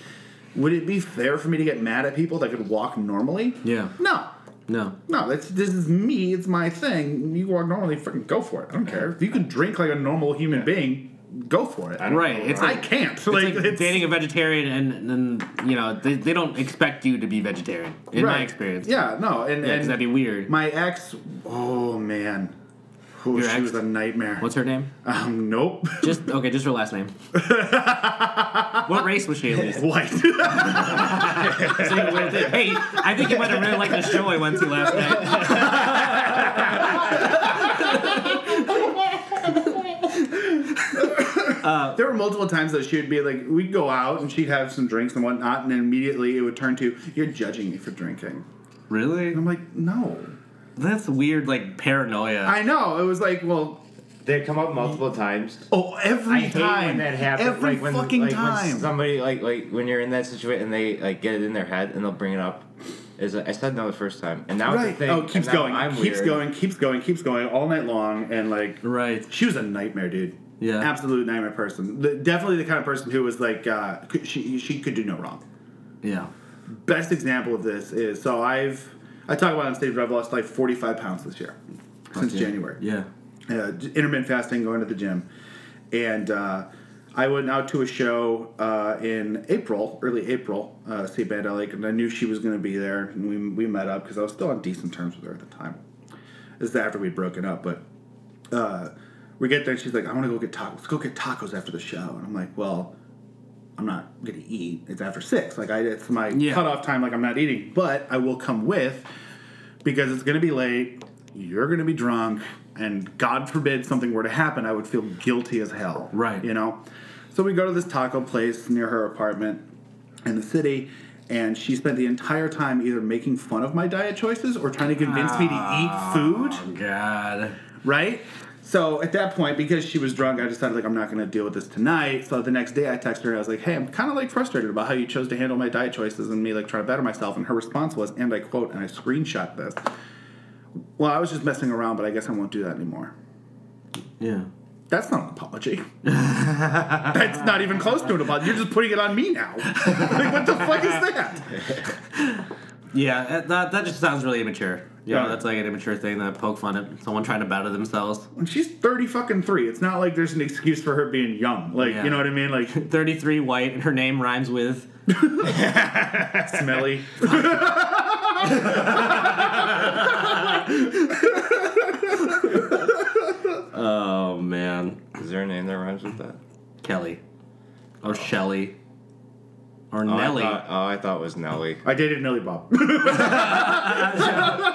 S1: would it be fair for me to get mad at people that could walk normally?
S2: Yeah.
S1: No.
S2: No.
S1: No, that's this is me. It's my thing. You walk normally, freaking go for it. I don't care if you can drink like a normal human being. Go for it. I,
S2: Right. It's like,
S1: can't.
S2: it's like dating a vegetarian, and then you know they, they don't expect you to be vegetarian. In my
S1: Right.
S2: experience,
S1: Yeah, no, and,
S2: Yeah, 'cause
S1: and
S2: that'd be weird.
S1: my ex. Oh man, Ooh,
S2: Your
S1: she
S2: ex?
S1: was a nightmare.
S2: What's her name?
S1: Um, nope.
S2: Just okay, just her last name. what race was she at least?
S1: White.
S2: It's like a weird thing. Hey, I think you might have really liked the show I went to last night.
S1: there were multiple times that she would be like, we'd go out and she'd have some drinks and whatnot, and then immediately it would turn to, "You're judging me for drinking."
S2: Really?
S1: And I'm like, no.
S2: That's weird, like paranoia.
S1: I know. It was like, well,
S6: They come up multiple times.
S1: oh, every
S6: I hate
S1: time
S6: when that happens.
S1: every
S6: like when,
S1: fucking
S6: like
S1: time.
S6: When somebody like like when you're in that situation and they like get it in their head and they'll bring it up. Is I said no the first time and now
S1: Right.
S6: the thing.
S1: oh, keeps
S6: and now
S1: going.
S6: I'm
S1: keeps
S6: weird.
S1: going. Keeps going. Keeps going all night long. And like,
S2: right.
S1: she was a nightmare, dude.
S2: Yeah.
S1: Absolute nightmare person. The, definitely the kind of person who was like, uh, could- she she could do no wrong.
S2: Yeah.
S1: Best example of this is so I've I talk about it on stage, but I've lost like 45 pounds this year since January
S2: Yeah.
S1: uh, intermittent fasting, going to the gym, and uh, I went out to a show uh, in April, early April, uh, see a band I like, and I knew she was going to be there, and we we met up because I was still on decent terms with her at the time. This is after we'd broken up, but uh, we get there, and she's like, "I want to go get tacos. Let's go get tacos after the show," and I'm like, "Well." I'm not gonna eat. It's after six. Like I, it's my
S2: Yeah.
S1: cutoff time. Like I'm not eating, but I will come with because it's gonna be late. You're gonna be drunk, and God forbid something were to happen, I would feel guilty as hell. Right. You know. So we go to this taco place near her apartment in the city. And she spent the entire time either making fun of my diet choices or trying to convince me to eat food. God. Right? So at that point, because she was drunk, I decided like I'm not going to deal with this tonight. So the next day, I texted her. I was like, "Hey, I'm kind of like frustrated about how you chose to handle my diet choices and me like trying to better myself." And her response was, and I quote, and I screenshot this. Well, I was just messing around, but I guess I won't do that anymore.
S2: Yeah.
S1: That's not an apology. That's not even close to an apology. You're just putting it on me now. like, what the fuck is that?
S2: Yeah, that- that, that just sounds really immature. You
S1: Yeah.
S2: know, that's like an immature thing to poke fun at someone trying to better themselves.
S1: And she's thirty fucking three. It's not like there's an excuse for her being young. Like,
S2: Yeah.
S1: you know what I mean? Like
S2: 33 white, and her name rhymes with.
S1: Smelly.
S2: oh, man.
S6: Is there a name that rhymes with that?
S2: Kelly. Or Shelly. Or
S6: Oh, I
S2: Nelly.
S6: thought- oh, I thought it was Nelly.
S1: I dated Nelly Bob.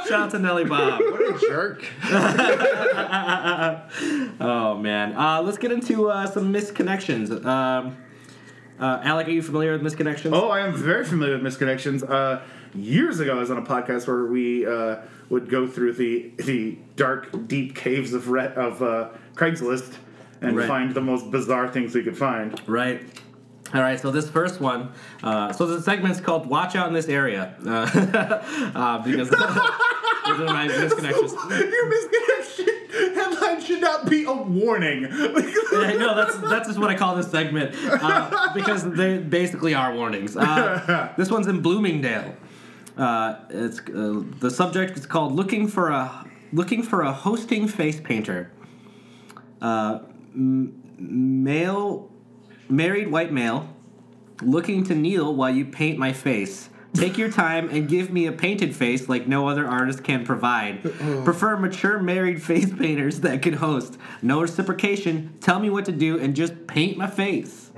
S2: Shout out to Nelly Bob.
S6: What a jerk.
S2: oh man, uh, let's get into uh, some misconnections. Um, uh, Alec, are you familiar with misconnections?
S1: Oh, I am very familiar with misconnections. Uh, years ago, I was on a podcast where we uh, would go through the the dark, deep caves of re- of uh, Craigslist and
S2: Right.
S1: find the most bizarre things we could find.
S2: Right. All right, so this first one, uh, so the segment's called "Watch Out in This Area" uh, uh, because those are my misconnections.
S1: Your misconnection headline should not be a warning.
S2: Yeah, no, that's that's just what I call this segment uh, because they basically are warnings. Uh, this one's in Bloomingdale. Uh, it's uh, the subject is called "Looking for a Looking for a Hosting Face Painter." Uh, m- male, married white male, looking to kneel while you paint my face. Take your time and give me a painted face like no other artist can provide. Prefer mature married face painters that could host. No reciprocation. Tell me what to do and just paint my face.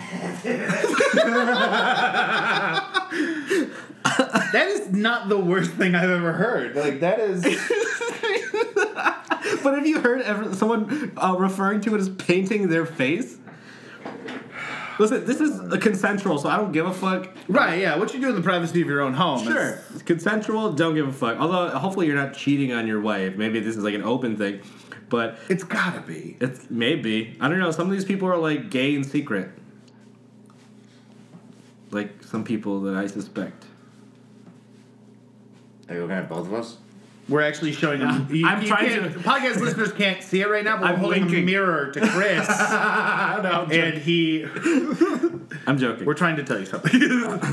S1: that is not the worst thing I've ever heard. Like that is.
S2: But have you heard ever, someone uh, referring to it as painting their face? Listen, this is a consensual, so I don't give a fuck.
S1: Right, yeah. What you do in the privacy of your own home.
S2: Sure. It's consensual, don't give a fuck. Although, hopefully, you're not cheating on your wife. Maybe this is like an open thing. But
S1: It's gotta be.
S2: It's maybe. I don't know. Some of these people are like gay in secret. Like some people that I suspect.
S6: Are you looking at both of us?
S1: We're actually showing them. you-
S2: I'm
S1: you
S2: trying
S1: can't-
S2: to-
S1: Podcast listeners can't see it right now, but I'm
S2: I'm
S1: we're holding a
S2: winking.
S1: mirror to Chris. and he.
S2: I'm joking.
S1: We're trying to tell you something.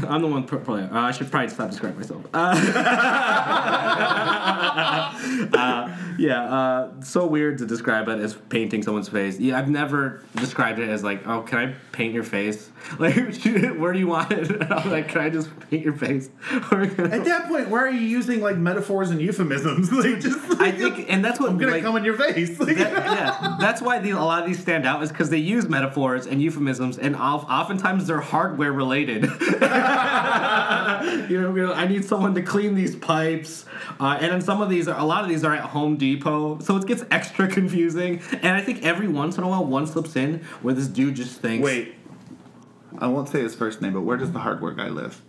S2: I'm the one pro- probably. Uh, I should probably stop describing myself. Uh, uh, yeah. Uh, so weird to describe it as painting someone's face. Yeah, I've never described it as like, oh, can I paint your face? Like, where do you want it? I'm like, can I just paint your face? Or can I-
S1: At that point, why are you using like metaphors and euphemisms? Like, just like,
S2: I think, and that's what
S1: I'm gonna
S2: like,
S1: come in your face. Like,
S2: That- yeah, that's why the, a lot of these stand out is because they use metaphors and euphemisms, and of, oftentimes they're hardware related. you, know, you know, I need someone to clean these pipes, uh, and then some of these, are, a lot of these are at Home Depot, so it gets extra confusing. And I think every once in a while, one slips in where this dude just thinks,
S1: Wait. I won't say his first name, but where does the hardware guy live?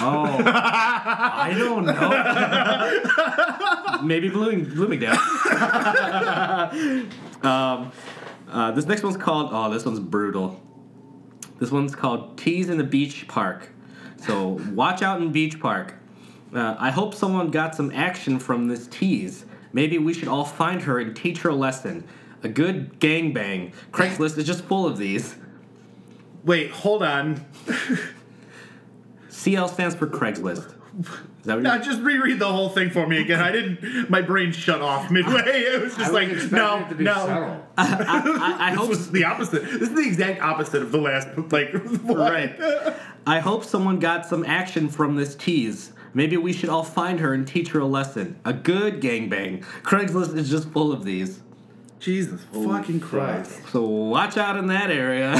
S2: oh, I don't know, maybe Blooming, Bloomingdale." Um, uh, this next one's called. Oh, this one's brutal. This one's called Teas in the Beach Park. So watch out in Beach Park. Uh, I hope someone got some action from this tease. Maybe we should all find her and teach her a lesson. A good gangbang. Craigslist is just full of these.
S1: Wait, hold on.
S2: CL stands for Craigslist. Is that what
S1: Now
S2: you're
S1: just reread the whole thing for me again. I didn't. My brain shut off midway. It was just like, no, no.
S2: I, I
S1: This
S2: hope
S1: was the opposite. This is the exact opposite of the last. Like, right.
S2: I hope someone got some action from this tease. Maybe we should all find her and teach her a lesson. A good gangbang. Craigslist is just full of these.
S1: Jesus fucking Christ.
S2: So watch out in that area.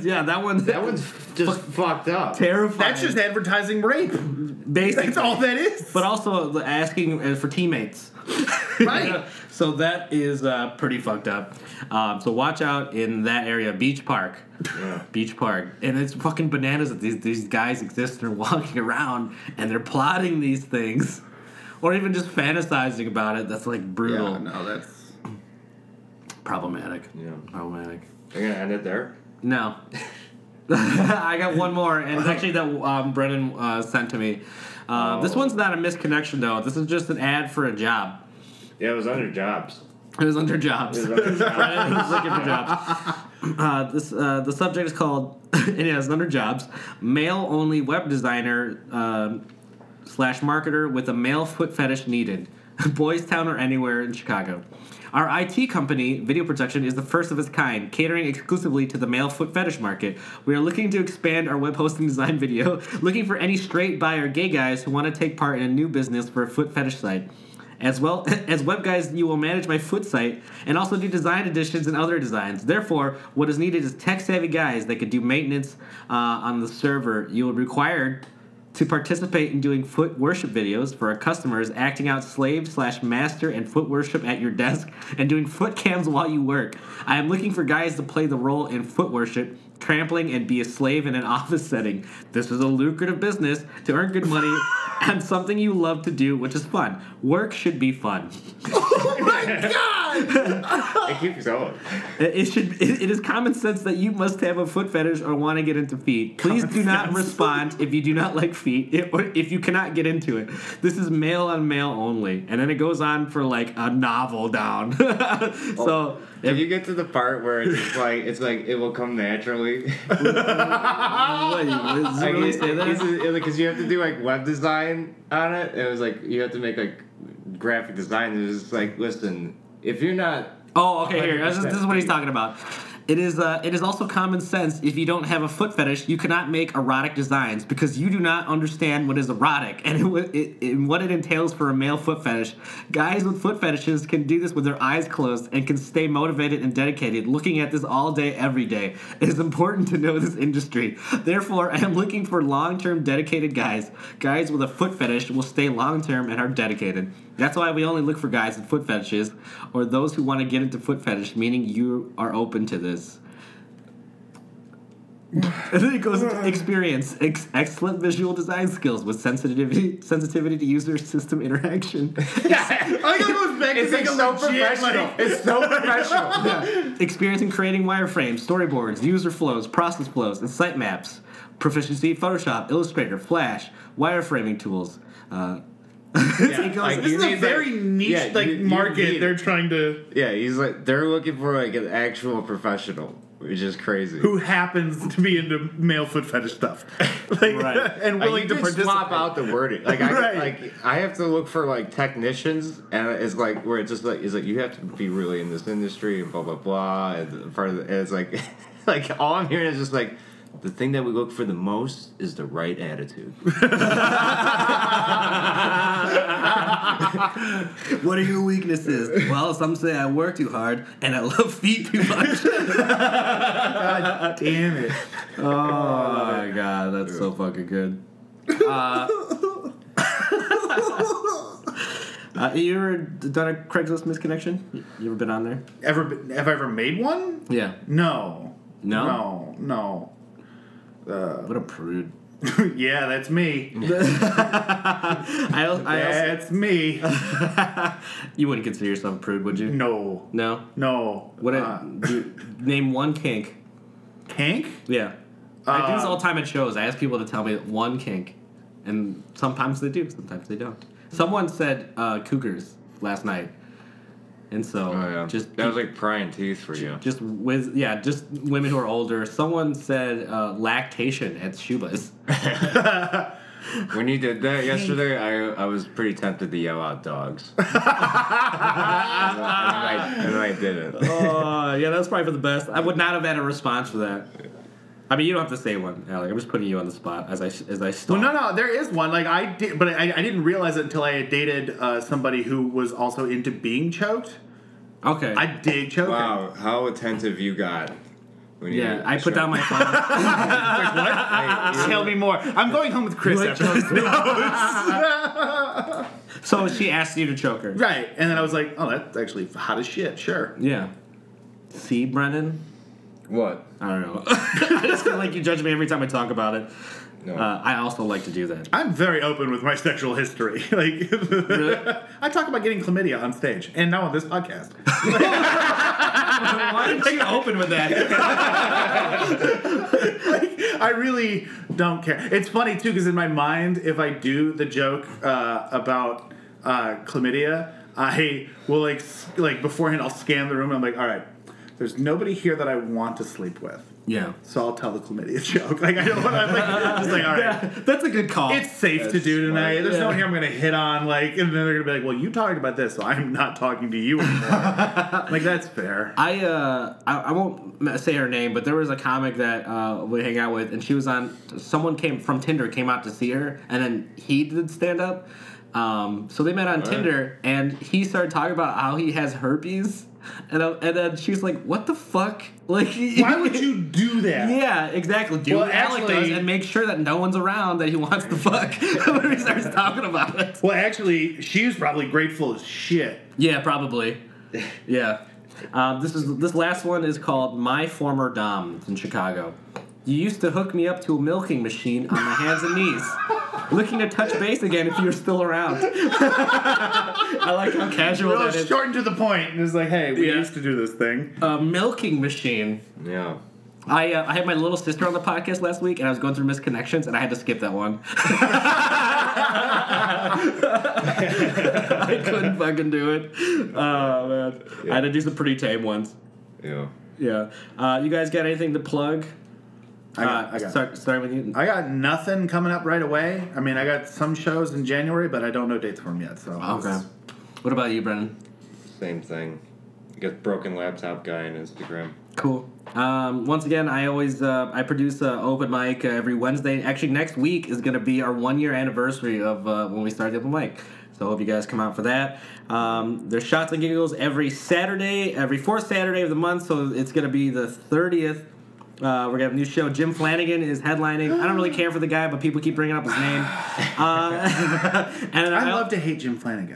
S2: yeah, that one. That one's just fucked up. Terrifying.
S1: That's just advertising rape.
S2: Basically,
S1: That's all that is.
S2: But also the asking uh, for teammates.
S1: Right.
S2: so that is uh, pretty fucked up. Um, so watch out in that area, Beach Park. Beach Park, and it's fucking bananas that these these guys exist and are walking around and they're plotting these things, or even just fantasizing about it. That's like brutal.
S1: Yeah, no, that's
S2: problematic. Yeah, problematic.
S6: They're gonna end it there.
S2: No. I got one more, and it's actually that um, Brennan uh, sent to me. Uh,
S1: Oh.
S2: This one's not a misconnection, though. This is just an ad for a job.
S6: Yeah, it was under jobs.
S2: It was under jobs.
S6: It was under jobs.
S2: I was looking for jobs. Uh, this uh, the subject is called. it has under jobs. Male only web designer um slash marketer with a male foot fetish needed. Boys Town or anywhere in Chicago. Our IT company, Video Protection, is the first of its kind, catering exclusively to the male foot fetish market. We are looking to expand our web hosting design video, looking for any straight bi or gay guys who want to take part in a new business for a foot fetish site. As well as web guys, you will manage my foot site and also do design additions and other designs. Therefore, what is needed is tech savvy guys that can do maintenance uh, on the server. You will required to participate in doing foot worship videos for our customers, acting out slave slash master and foot worship at your desk, and doing foot cams while you work. I am looking for guys to play the role in foot worship, trampling, and be a slave in an office setting. This is a lucrative business to earn good money and something you love to do, which is fun. Work should be fun.
S6: It keeps going.
S2: It it should. It, it is common sense that you must have a foot fetish or want to get into feet. Please do not respond if you do not like feet i- or if you cannot get into it. This is male on male only, and then it goes on for like a novel down. so
S6: If you get to the part where it's just like it's like it will come naturally.
S2: does it really say that?
S6: Because you have to do like web design on it. It was like you have to make like graphic design. It was just like listen, if you're not
S2: Oh, okay. Here, this is, this is what he's talking about. It is. Uh, it is also common sense. If you don't have a foot fetish, you cannot make erotic designs because you do not understand what is erotic and it, wa- it, it, what it entails for a male foot fetish. Guys with foot fetishes can do this with their eyes closed and can stay motivated and dedicated, looking at this all day, every day. It is important to know this industry. Therefore, I am looking for long-term, dedicated guys. Guys with a foot fetish will stay long-term and are dedicated. That's why we only look for guys with foot fetishes or those who want to get into foot fetish, meaning you are open to this. and then it goes into experience, ex- excellent visual design skills with sensitivity sensitivity to user system interaction.
S1: I think it goes back
S6: It's
S1: to being
S6: like
S1: a
S6: so
S1: legit,
S6: professional.
S1: like-
S6: It's so professional.
S2: Experience in creating wireframes, storyboards, user flows, process flows, and sitemaps. Proficiency in Photoshop, Illustrator, Flash, wireframing tools. Uh, it goes-
S6: like,
S1: This
S6: you
S1: is a
S6: need,
S1: very
S6: like-
S1: niche
S6: yeah,
S1: like
S6: you- you
S1: market
S6: need-
S1: they're trying to
S6: Yeah, he's like they're looking for like an actual professional, which is crazy.
S1: who happens to be into male foot fetish stuff. like and
S6: Like,
S1: willing
S6: you
S1: to
S6: can
S1: participate.
S6: swap out the wording. Like I
S1: Right.
S6: like I have to look for like technicians, and it's like where it's just like it's like you have to be really in this industry and blah blah blah. And part of the, and it's like like all I'm hearing is just like the thing that we look for the most is the right attitude.
S2: What are your weaknesses? Well, some say I work too hard and I love feet too much.
S1: God damn it.
S2: Oh my god, that's so fucking good. Uh, you ever done a Craigslist misconnection? You ever been on there?
S1: Ever been- have I ever made one?
S2: Yeah.
S1: No.
S2: No?
S1: No. No.
S2: What a prude.
S1: yeah, that's me.
S2: I, al- I also,
S1: That's me.
S2: you wouldn't consider yourself a prude, would you?
S1: No.
S2: No.
S1: No.
S2: What?
S1: Uh,
S2: a- do- name one kink.
S1: kink?
S2: Yeah. I do this
S1: Uh,
S2: all the time at shows. I ask people to tell me one kink, and sometimes they do, sometimes they don't. Someone said uh, cougars last night, and so just
S6: Oh, that was like prying teeth for you.
S2: just with yeah, just women who are older. Someone said uh, lactation at Shuba's.
S6: When you did that yesterday, I I was pretty tempted to yell out dogs, and, I, and I didn't.
S1: Oh,
S2: uh, yeah, that's probably for the best. I would not have had a response for that. I mean, you don't have to say one, Alec. I'm just putting you on the spot as I as I
S1: Well,
S2: stalk.
S1: no, no, there is one. Like I did, but I, I didn't realize it until I had dated uh, somebody who was also into being choked.
S2: Okay.
S1: I dig choking.
S6: Wow, how attentive you got. When
S2: Yeah, I put down my phone.
S1: Tell me more. I'm going home with Chris after this.
S2: so she asked you to choke her.
S1: Right. And then I was like, oh, that's actually hot as shit. Sure.
S2: Yeah. See, Brennan?
S6: What?
S2: I don't know. I just feel like you judge me every time I talk about it. Uh, I also like to do that.
S1: I'm very open with my sexual history. Like, I talk about getting chlamydia on stage and now on this podcast.
S2: Why did you open with that?
S1: I really don't care. It's funny too because in my mind, if I do the joke uh, about uh, chlamydia, I will like s- like beforehand. I'll scan the room. and I'm like, all right, there's nobody here that I want to sleep with,
S2: Yeah.
S1: so I'll tell the chlamydia joke. Like I don't want. I'm like, just like all right.
S2: That's a good call.
S1: It's safe to do tonight. There's no one here I'm gonna hit on, like, and then they're gonna be like, "Well, you talked about this, so I'm not talking to you anymore." like that's fair.
S2: I uh I, I won't m- say her name, but there was a comic that uh, we hang out with, and she was on. Someone came from Tinder came out to see her, and then he did stand up. Um, so they met on Tinder, and he started talking about how he has herpes, and uh, and then she was like, "What the fuck? Like,
S1: Why would you do that?
S2: Yeah, exactly. Do
S1: Well,
S2: what Alec does
S1: actually-
S2: and make sure that no one's around that he wants to fuck when he starts talking about it.
S1: Well, actually, she was probably grateful as shit.
S2: Yeah, probably. Yeah. Um, this is this last one is called My Former Dom It's in Chicago. You used to hook me up to a milking machine on my hands and knees, looking to touch base again if you're still around. I like how casual
S1: Well,
S2: that is.
S1: short and to the point, and it's like, "Hey, we
S2: Yeah.
S1: used to do this thing."
S2: A milking machine.
S6: Yeah.
S2: I uh, I had my little sister on the podcast last week, and I was going through misconnections, and I had to skip that one. I couldn't fucking do it. Oh man, I had to do some pretty tame ones.
S6: Yeah.
S2: Yeah. Uh, you guys got anything to plug?
S1: I got,
S2: uh,
S1: I, got,
S2: Start, starting with you.
S1: I got nothing coming up right away. I mean, I got some shows in January, but I don't know dates for them yet. So
S2: Okay. What about you, Brennan?
S6: Same thing. You got broken laptop guy on Instagram.
S2: Cool. Um, once again, I always uh, I produce uh, open mic uh, every Wednesday. Actually, next week is going to be our one year anniversary of uh, when we started open mic. So I hope you guys come out for that. Um, there's shots and giggles every Saturday, every fourth Saturday of the month. So it's going to be the thirtieth. Uh, we're gonna have a new show. Jim Flanagan is headlining. I don't really care for the guy, but people keep bringing up his name. Uh, and
S1: I love to hate Jim Flanagan.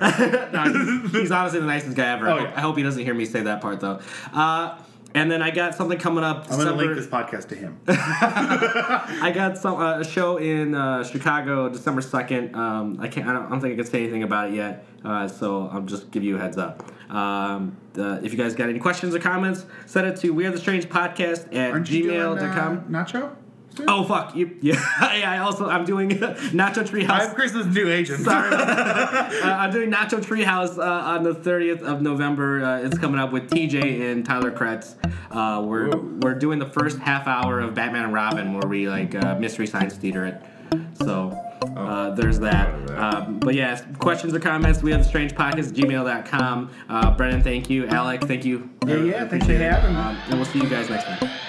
S2: no, he's, he's honestly the nicest guy ever.
S1: Oh,
S2: I hope-
S1: yeah.
S2: I hope he doesn't hear me say that part though. Uh, and then I got something coming up.
S1: I'm gonna link
S2: December-
S1: this podcast to him.
S2: I got some uh, a show in uh, Chicago December second. Um, I can't. I don't, I don't think I can say anything about it yet. Uh, so I'll just give you a heads up. Um, uh, if you guys got any questions or comments, send it to We Are the Strange Podcast at
S1: Aren't you doing, uh,
S2: gmail.com.
S1: Nacho?
S2: Oh fuck! You, yeah, I I also I'm doing Nacho Treehouse.
S1: I'm Chris's new agent.
S2: Sorry. Uh, I'm doing Nacho Treehouse uh, on the 30th of November. Uh, it's coming up with TJ and Tyler Kretz. Uh, we're we're doing the first half hour of Batman and Robin, where we like uh, mystery science theater it. So
S1: Oh,
S2: uh, there's that. Um, but yeah, questions or comments, we have the strange podcast gmail.com. Uh, Brennan, thank you. Alec, thank you.
S1: Yeah, yeah, thanks for having me.
S2: Um, and we'll see you guys next time.